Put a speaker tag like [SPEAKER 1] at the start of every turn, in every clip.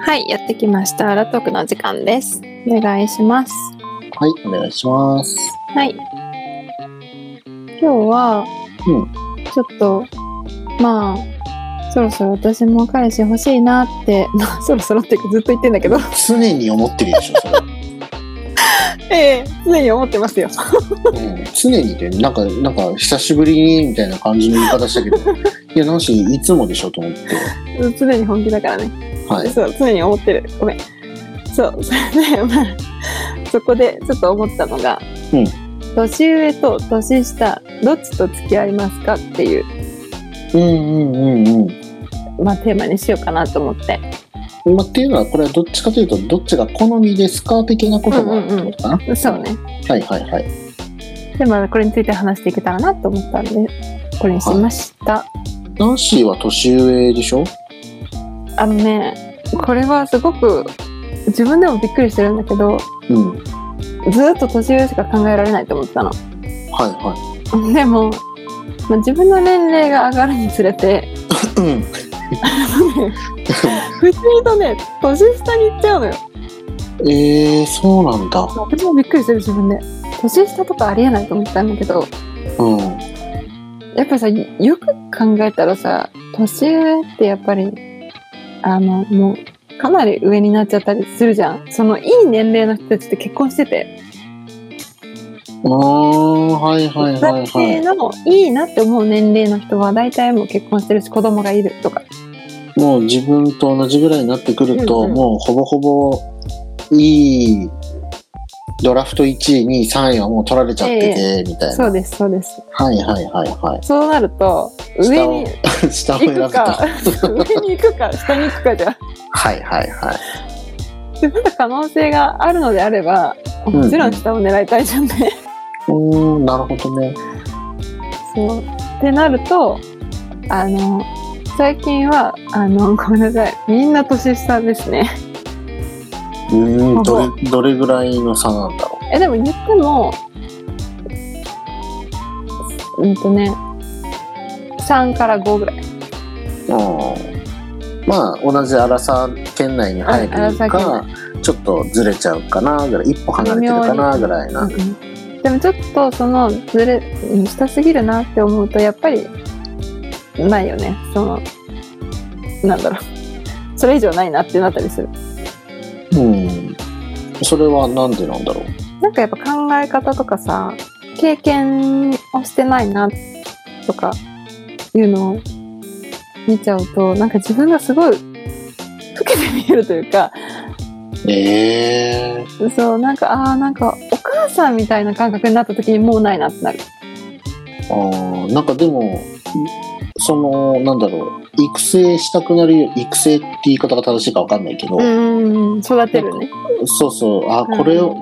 [SPEAKER 1] はい、やってきました。ラトークの時間です。お願いします。
[SPEAKER 2] はい、お願いします。
[SPEAKER 1] はい。今日は、
[SPEAKER 2] うん
[SPEAKER 1] ちょっと、まあ、そろそろ私も彼氏欲しいなって、 まあ、そろそろってずっと言ってんだ けど、
[SPEAKER 2] 常に思ってるでしょ、それ。
[SPEAKER 1] ええ常に思ってますよ。
[SPEAKER 2] うん、常にって、なんか、なんか、久しぶりに、みたいな感じの言い方したけど、いや、なし、いつもでしょ、と思って。
[SPEAKER 1] 常に本気だからね。
[SPEAKER 2] はい。
[SPEAKER 1] そう、常に思ってる。ごめん。そう、 それで、まあ、そこでちょっと思ったのが、
[SPEAKER 2] うん
[SPEAKER 1] 年上と年下、どっちと付き合いますかっていう、
[SPEAKER 2] うんうんうん
[SPEAKER 1] まあ、テーマにしようかなと思って。
[SPEAKER 2] うん。まあ、っていうのは、これはどっちかというと、どっちが好みですか的なことがあるってことかな。
[SPEAKER 1] そうね。
[SPEAKER 2] はいはいはい。
[SPEAKER 1] で、まあ、これについて話していけたらなと思ったんで、これにしました。
[SPEAKER 2] ナンシーは年上でしょ
[SPEAKER 1] あのね、これはすごく、自分でもびっくりしてるんだけど、
[SPEAKER 2] うん。はい
[SPEAKER 1] ずーっと年上しか考えられないと思ってたの。
[SPEAKER 2] は
[SPEAKER 1] でも、まあ、自分の年齢が上がるにつれて、
[SPEAKER 2] い。うん。
[SPEAKER 1] 不思議とね年下に行っちゃうのよ
[SPEAKER 2] えー、そうなんだ。
[SPEAKER 1] 私もびっくりする自分で年下とかありえないと思ったんだけど
[SPEAKER 2] うん。
[SPEAKER 1] やっぱりさよく考えたらさ年上ってやっぱりあのもうかなり上になっちゃったりするじゃんそのいい年齢の人たちって結婚してて
[SPEAKER 2] あー、はいはいはい
[SPEAKER 1] 男
[SPEAKER 2] は
[SPEAKER 1] 性
[SPEAKER 2] い。
[SPEAKER 1] のいいなって思う年齢の人は大体もう結婚してるし子供がいるとか
[SPEAKER 2] もう自分と同じぐらいになってくると、
[SPEAKER 1] うんうん
[SPEAKER 2] もうほぼほぼいいドラフト1位2位3位はもう取られちゃってて、みたいな
[SPEAKER 1] そうですそうです
[SPEAKER 2] はいはいはいは
[SPEAKER 1] そうなると上に
[SPEAKER 2] い下を
[SPEAKER 1] 行
[SPEAKER 2] 選ぶ
[SPEAKER 1] く
[SPEAKER 2] と
[SPEAKER 1] か
[SPEAKER 2] は
[SPEAKER 1] 上に行くか下に行くかじゃん
[SPEAKER 2] いはいはい
[SPEAKER 1] 自分の可能性があるのであれば
[SPEAKER 2] んうん
[SPEAKER 1] もちろん下を狙いたいじゃんね。
[SPEAKER 2] うーんなるほどね
[SPEAKER 1] そうってなるとあの最近はあの ごめんなさいみんな年下ですね。
[SPEAKER 2] うーん
[SPEAKER 1] ほ
[SPEAKER 2] どれどれぐらいの差なんだろ
[SPEAKER 1] えでも言ってもうんとね3から5ぐらい。
[SPEAKER 2] ううんまあ同じ荒さ圏内に入
[SPEAKER 1] あ
[SPEAKER 2] る
[SPEAKER 1] 荒沢
[SPEAKER 2] かちょっとずれちゃうかなぐらい一歩離れてるかなぐらいな、
[SPEAKER 1] うんうんでもちょっとそのずれうん下すぎるなって思うとやっぱりないよねそのなんだろうそれ以上ないなってなったりする。
[SPEAKER 2] うんそれはなんでなんだろう
[SPEAKER 1] なんかやっぱ考え方とかさ経験をしてないなとかいうのを見ちゃうとなんか自分がすごい老けて見えるというか
[SPEAKER 2] ええー、
[SPEAKER 1] そうなんかああんかお母さんみたいな感覚になった時にもうないなってなる
[SPEAKER 2] あーなんかでもそのなんだろう育成したくなるよ育成って言い方が正しいかわかんないけど、
[SPEAKER 1] うん育てるね
[SPEAKER 2] そうそうあ
[SPEAKER 1] うん
[SPEAKER 2] これを、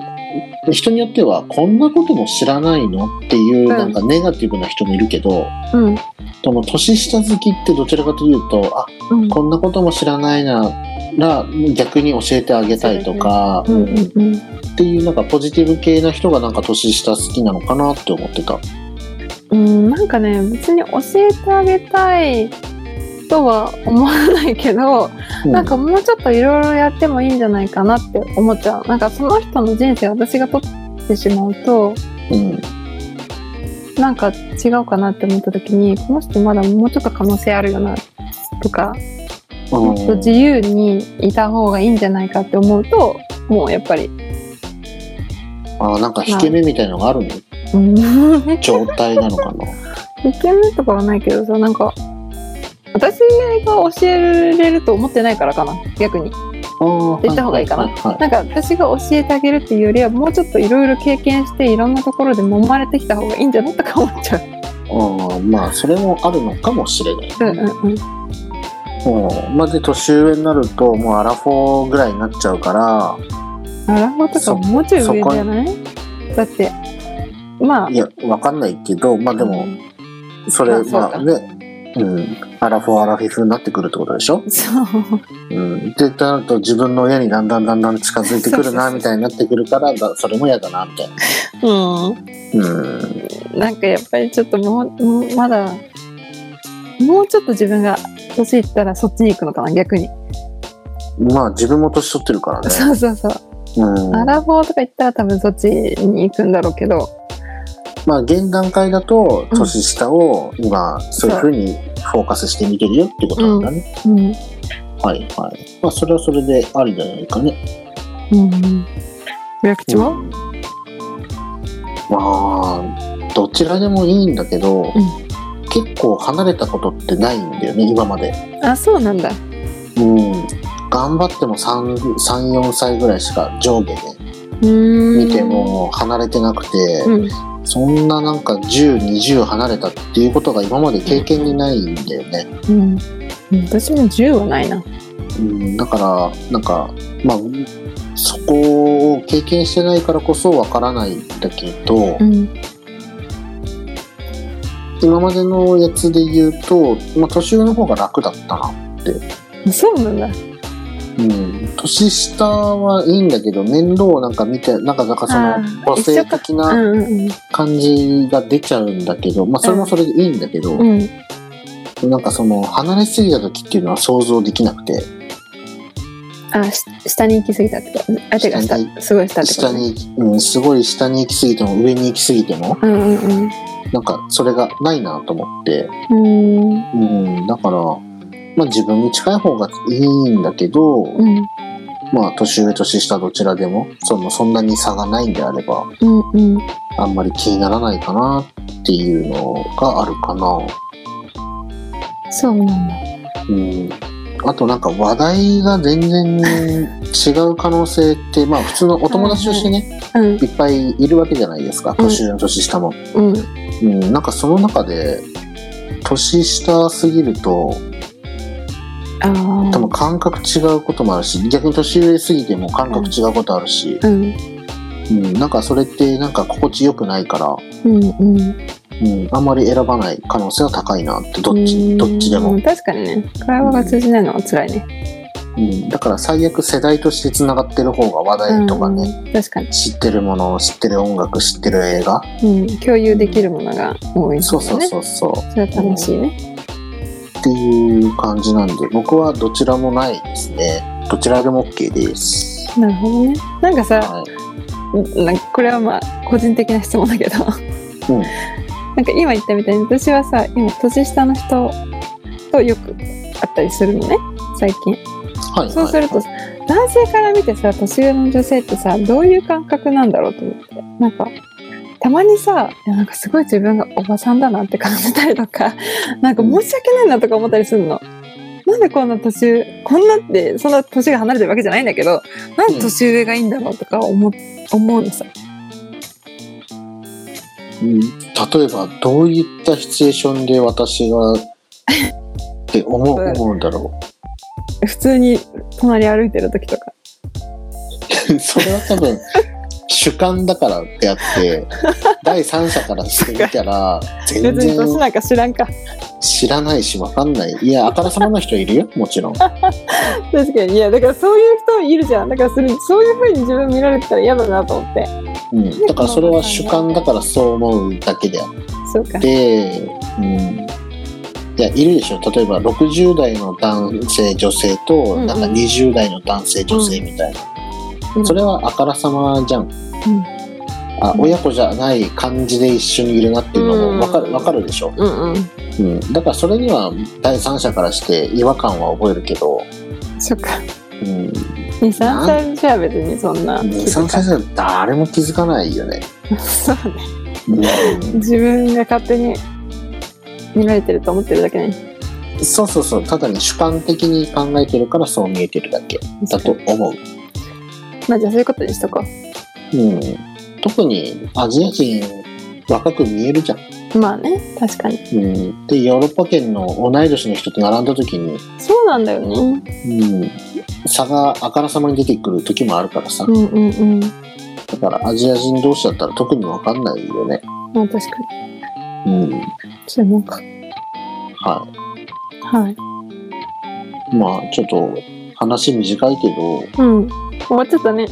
[SPEAKER 2] 人によってはこんなことも知らないのっていうなんかネガティブな人もいるけど、
[SPEAKER 1] うん、うん、
[SPEAKER 2] その年下好きってどちらかというとあこんなことも知らないなら逆に教えてあげたいとか、
[SPEAKER 1] うんうん
[SPEAKER 2] っ
[SPEAKER 1] うん
[SPEAKER 2] ていうなんかポジティブ系な人がなんか年下好きなのかなって思ってた。
[SPEAKER 1] うんなんかね別に教えてあげたいとは思わないけど
[SPEAKER 2] う
[SPEAKER 1] なんかもうちょっといろいろやってもいいんじゃないかなって思っちゃう。なんかその人の人生を私が取ってしまうと、
[SPEAKER 2] うん
[SPEAKER 1] なんか違うかなって思った時に、この人まだもうちょっと可能性あるよなとか、もっと自由にいた方がいいんじゃないかって思うと、もうやっぱり、
[SPEAKER 2] あーなんか引け目みたいなのがあるの、
[SPEAKER 1] うん、 イ
[SPEAKER 2] 状態なのかな
[SPEAKER 1] ケメンとかはないけどさ、なんか、私が教えれると思ってないからかな、逆に。言った方がいいかな
[SPEAKER 2] はいはい
[SPEAKER 1] なんか私が教えてあげるっていうよりは、もうちょっといろいろ経験して、いろんなところで揉まれてきた方がいいんじゃないとか思っちゃう。
[SPEAKER 2] はいあーまあそれもあるのかもしれ
[SPEAKER 1] う
[SPEAKER 2] ない、
[SPEAKER 1] んうんうん。
[SPEAKER 2] うんまあ、で年上になるともうアラフォーぐらいになっちゃうから
[SPEAKER 1] アラフォーとか
[SPEAKER 2] そ
[SPEAKER 1] もうちょい上じゃないだって、まあ
[SPEAKER 2] い、やわかんないけどまあでもそれ、
[SPEAKER 1] まあそうか
[SPEAKER 2] まあねうんアラフォーアラフィフになってくるってことでしょ、
[SPEAKER 1] そう。
[SPEAKER 2] うん、でってなると自分の親にだんだんだんだん近づいてくるなみたいになってくるからだそれも嫌だなみたいな
[SPEAKER 1] う
[SPEAKER 2] うん
[SPEAKER 1] ん。なんかやっぱりちょっともう、もうまだ、もうちょっと自分が年いったらそっちに行くのかな、逆に。
[SPEAKER 2] まあ自分も年取ってるからね。
[SPEAKER 1] そうそうそう。
[SPEAKER 2] うん、
[SPEAKER 1] アラフォーとか言ったら多分そっちに行くんだろうけど、
[SPEAKER 2] まあ現段階だと
[SPEAKER 1] うん
[SPEAKER 2] 年下を今そういうふうにフォーカスして見てるよってことなんだね。
[SPEAKER 1] うん。
[SPEAKER 2] はいはい。まあそれはそれでありじゃないかね。
[SPEAKER 1] うん。親口は、
[SPEAKER 2] うんまあどちらでもいいんだけど、結構離れたことってないんだよね今まで。
[SPEAKER 1] あ、そうなんだ。
[SPEAKER 2] うん。頑張っても3、3 4歳ぐらいしか上下で
[SPEAKER 1] うん。
[SPEAKER 2] 見て。も離れてなくて、
[SPEAKER 1] うん。
[SPEAKER 2] そんななんか10、20離れたっていうことが今まで経験にないんだよね。
[SPEAKER 1] うん。私も10はないな。
[SPEAKER 2] うん、だから、なんか、まあ、そこを経験してないからこそわからないんだけど、
[SPEAKER 1] うん。
[SPEAKER 2] 今までのやつで言うと、まあ、年上の方が楽だったな。
[SPEAKER 1] そうなんだ。
[SPEAKER 2] うん、年下はいいんだけど、面倒をなんか見て、なんか、なんかそ
[SPEAKER 1] あ
[SPEAKER 2] の、
[SPEAKER 1] ー
[SPEAKER 2] 個性的
[SPEAKER 1] う
[SPEAKER 2] なん
[SPEAKER 1] うん
[SPEAKER 2] 感じが出ちゃうんだけど、まあ、それもそれでいいんだけど、
[SPEAKER 1] うん。うん。
[SPEAKER 2] なんかその、離れすぎた時っていうのは想像できなくて、
[SPEAKER 1] あ、し下に行き過ぎたってこと。あ、てか
[SPEAKER 2] 下に
[SPEAKER 1] 下、すごい下ってこと
[SPEAKER 2] 下
[SPEAKER 1] ね、
[SPEAKER 2] に、うん、すごい下に行き過ぎても上に行き過ぎても
[SPEAKER 1] うんうん
[SPEAKER 2] なんかそれがないなと思って、
[SPEAKER 1] うん。うーん。
[SPEAKER 2] うん、だから、まあ、自分に近い方がいいんだけど、
[SPEAKER 1] うん。
[SPEAKER 2] まあ年上年下どちらでもそのそんなに差がないんであれば
[SPEAKER 1] うんうん。
[SPEAKER 2] あんまり気にならないかなっていうのがあるかな。
[SPEAKER 1] そうなんだ。
[SPEAKER 2] うんあとなんか話題が全然違う可能性って、まあ普通のお友達としてね、
[SPEAKER 1] うん
[SPEAKER 2] いっぱいいるわけじゃないですか。
[SPEAKER 1] うん
[SPEAKER 2] 年上年下も。
[SPEAKER 1] うん。
[SPEAKER 2] うん、なんかその中で年下すぎると
[SPEAKER 1] ああ。
[SPEAKER 2] 多分感覚違うこともあるし逆に年上すぎても感覚違うことあるし、
[SPEAKER 1] うん。
[SPEAKER 2] うん、なんかそれってなんか心地よくないから、
[SPEAKER 1] うんうん。
[SPEAKER 2] うん、あんまり選ばない可能性は高いなってどっ
[SPEAKER 1] う
[SPEAKER 2] ち
[SPEAKER 1] ん
[SPEAKER 2] どっちでも、
[SPEAKER 1] 確かにね、会話が通じないのは辛いね。
[SPEAKER 2] うん、だから最悪世代としてつながってる方が話題とかね、
[SPEAKER 1] うん。確かに。
[SPEAKER 2] 知ってるもの知ってる音楽知ってる映画、
[SPEAKER 1] うん。共有できるものが多いんだよね。
[SPEAKER 2] そうそうそうそう
[SPEAKER 1] それは楽しいね。
[SPEAKER 2] っていう感じなんで僕はどちらもないですねどちらでも OK です。
[SPEAKER 1] なるほどね。なんかさ、
[SPEAKER 2] はい
[SPEAKER 1] なんかこれはまあ個人的な質問だけど、
[SPEAKER 2] うん
[SPEAKER 1] なんか今言ったみたいに私はさ、今年下の人とよく会ったりするのね、最近。
[SPEAKER 2] はい、
[SPEAKER 1] そうすると、男性から見てさ、年上の女性ってさ、どういう感覚なんだろうと思って。なんか、たまにさ、いやなんかすごい自分がおばさんだなって感じたりとか、 なんか申し訳ないなとか思ったりするの。なんでこんな年上、こんなって、そんな年が離れてるわけじゃないんだけど、なんで年上がいいんだろうとか思う思うのさ。
[SPEAKER 2] うん例えばどういったシチュエーションで私がって思う
[SPEAKER 1] うん
[SPEAKER 2] 思うんだろ
[SPEAKER 1] 普通に隣歩いてる時とか。
[SPEAKER 2] う それは多分主観だからであって第三者からしてみたら全
[SPEAKER 1] 別に年
[SPEAKER 2] 然
[SPEAKER 1] なんか知らんか。
[SPEAKER 2] 知らないしわかんないいやあからさまな人いるよもちろん
[SPEAKER 1] 確かに。いや、だからそういう人いるじゃん。だからそれ、そういう風に自分見られてたら嫌だなと思って。
[SPEAKER 2] うん、だからそれは主観だからそう思うだけであっ
[SPEAKER 1] そうか。
[SPEAKER 2] て、うん、いやいるでしょ例えば60代の男性女性と
[SPEAKER 1] うんうん
[SPEAKER 2] なんか20代の男性女性みたいな、それはあからさまじゃん、あ
[SPEAKER 1] うん
[SPEAKER 2] 親子じゃない感じで一緒にいるなっていうの
[SPEAKER 1] うん
[SPEAKER 2] も分かるわかるでしょ、
[SPEAKER 1] うんうん。
[SPEAKER 2] うん、だからそれには第三者からして違和感は覚えるけど、
[SPEAKER 1] そっか。
[SPEAKER 2] うん、
[SPEAKER 1] 二三歳じゃ別にそんな。
[SPEAKER 2] 23歳じゃ誰も気づかないよね、
[SPEAKER 1] そうね。
[SPEAKER 2] う
[SPEAKER 1] 自分が勝手に見られてると思ってるだけね。
[SPEAKER 2] ん、そうそうそうただに主観的に考えてるからそう見えてるだけだと思う、
[SPEAKER 1] まあじゃあそういうことにしとこう
[SPEAKER 2] うん、特にアジア人若く見えるじゃん、。
[SPEAKER 1] まあね、確かに。
[SPEAKER 2] うん、でヨーロッパ圏の同い年の人と並んだ時に、
[SPEAKER 1] そうなんだよね。
[SPEAKER 2] うん、差があからさまに出てくる時もあるからさ、
[SPEAKER 1] うんうんうん。
[SPEAKER 2] だからアジア人同士だったら特に分かんないよね。
[SPEAKER 1] まあ確かに。
[SPEAKER 2] うん。
[SPEAKER 1] そういうもんか。
[SPEAKER 2] は
[SPEAKER 1] はい。
[SPEAKER 2] い。まあちょっと話短いけど、
[SPEAKER 1] うん。終わっちゃったね。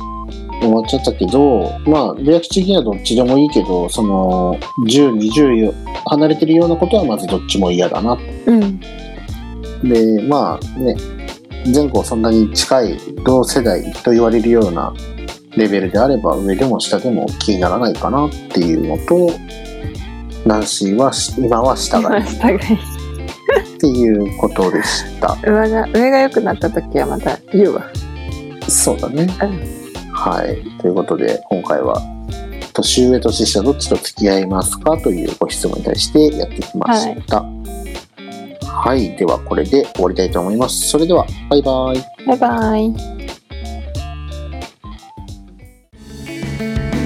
[SPEAKER 2] 終わっちゃったけど、まあリアクチ的にはどっちでもいいけど、その10、20よ離れて るようなことはまずどっちも嫌だな。
[SPEAKER 1] うん。
[SPEAKER 2] で、まあね、前後そんなに近い同世代と言われるようなレベルであれば上でも下でも気にならないかなっていうのとナンシーはし今は下が いい
[SPEAKER 1] 下がいい
[SPEAKER 2] っていうことでした
[SPEAKER 1] 上が上が良くなった時はまた言うわ
[SPEAKER 2] そうだね
[SPEAKER 1] う
[SPEAKER 2] はいということで今回は年上年下どっちと付き合いますかというご質問に対してやってきましたはい、ではこれで終わりたいと思いますそれではバイバイ
[SPEAKER 1] バイバイ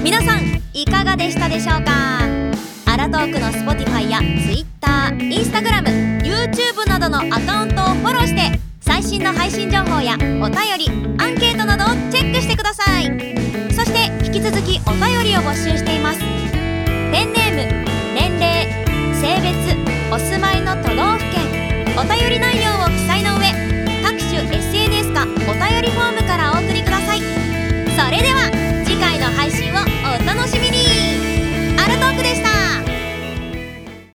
[SPEAKER 3] 皆さんいかがでしたでしょうかアラトークの Spotify や TwitterInstagramYouTube などのアカウントをフォローして最新の配信情報やお便りアンケートなどをチェックしてくださいそして引き続きお便りを募集していますペンネーム年齢性別お住まいの都道府県お便り内